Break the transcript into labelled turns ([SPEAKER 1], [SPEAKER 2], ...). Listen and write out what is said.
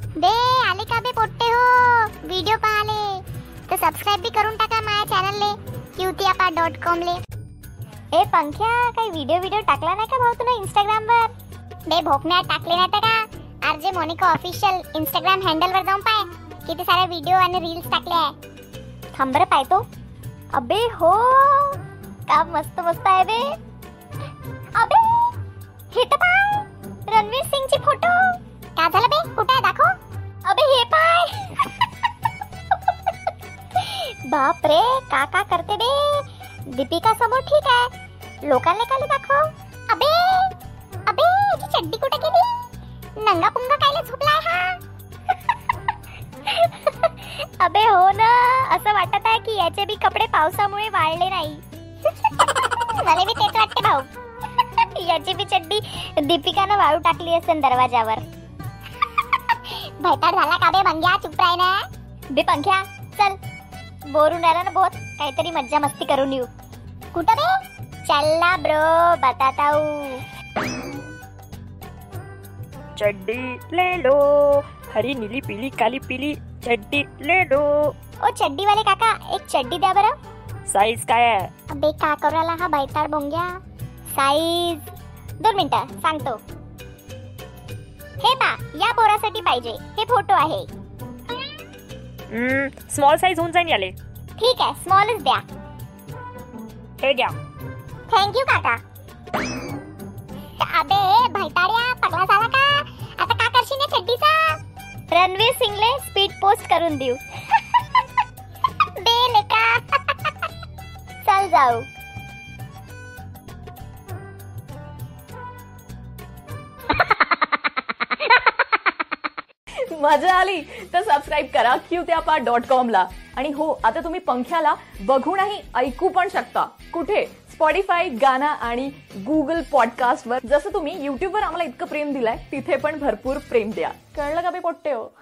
[SPEAKER 1] बे आले का बे पोट्टे हो व्हिडिओ पाहाले तर सबस्क्राईब बी तो करून टाका माझ्या चॅनलले क्युतियापा डॉट कॉमले ए पंख्या काही व्हिडिओ व्हिडिओ टाकला नाही का भाऊ तुला इंस्टाग्रामवर बे भोकण्यात टाकले नाही तर का R J Monika official Instagram हँडलवर जाऊन पाय किती सारे व्हिडिओ आणि रील्स टाकले आहे थांब बरं पाहतो अबे हो का मस्त मस्त आहे बे अबे हे तर पाय रणवीर सिंगची फोटो का झालं बे कुठे आहे दाखव अबे हे पाय बाप रे का का करते बे दीपिका समोर ठीक आहे लोकांना काय दाखव अबे अबे याची चड्डी कुठे गेली नंगा पुंगा कायला झोपलाय हा अबे हो ना असं वाटत आहे की याचे बी कपडे पावसामुळे वाळले नाही मला बी तेच वाटते भाऊ याची बी चड्डी दीपिकानं वाळू टाकली असेल दरवाजावर भैताड झाला का बे मंग्या चुप राही ना बे पंख्या चल बोरून राहिला ना बहुत काहीतरी मज्जा मस्ती करून येऊ कुठं बे चल्ला ब्रो बताताऊ
[SPEAKER 2] चड्डी ले लो हरी नीली पीली काली पीली चड्डी ले लो
[SPEAKER 1] ओ चड्डी वाले काका एक चड्डी द्या बरं
[SPEAKER 2] साईज काय आहे
[SPEAKER 1] अबे का करायला हा बैताड बोंग्या साईज दोन मिनिटं सांगतो तो। हे पा या पोरासाठी पाहिजे हे फोटो आहे
[SPEAKER 2] हम्म, स्मॉल साईज होऊन जाईन याले
[SPEAKER 1] ठीक आहे स्मॉलच द्या
[SPEAKER 2] हे घ्या
[SPEAKER 1] थँक्यू काका अबे भैताड्या पगला झाला का आता का करशील या चड्डीचा रणवीर सिंगले स्पीड पोस्ट करून देऊ बे लेका चल जाऊ
[SPEAKER 3] मजा आली तर सबस्क्राईब करा क्यूत्यापा डॉट कॉमला आणि हो आता तुम्ही पंख्याला बघूनही ऐकू पण शकता कुठे स्पॉटीफाय गाना आणि गुगल पॉडकास्टवर जसं तुम्ही युट्यूबवर आम्हाला इतकं प्रेम दिलाय तिथे पण भरपूर प्रेम द्या कळलं का बे पोट्टे हो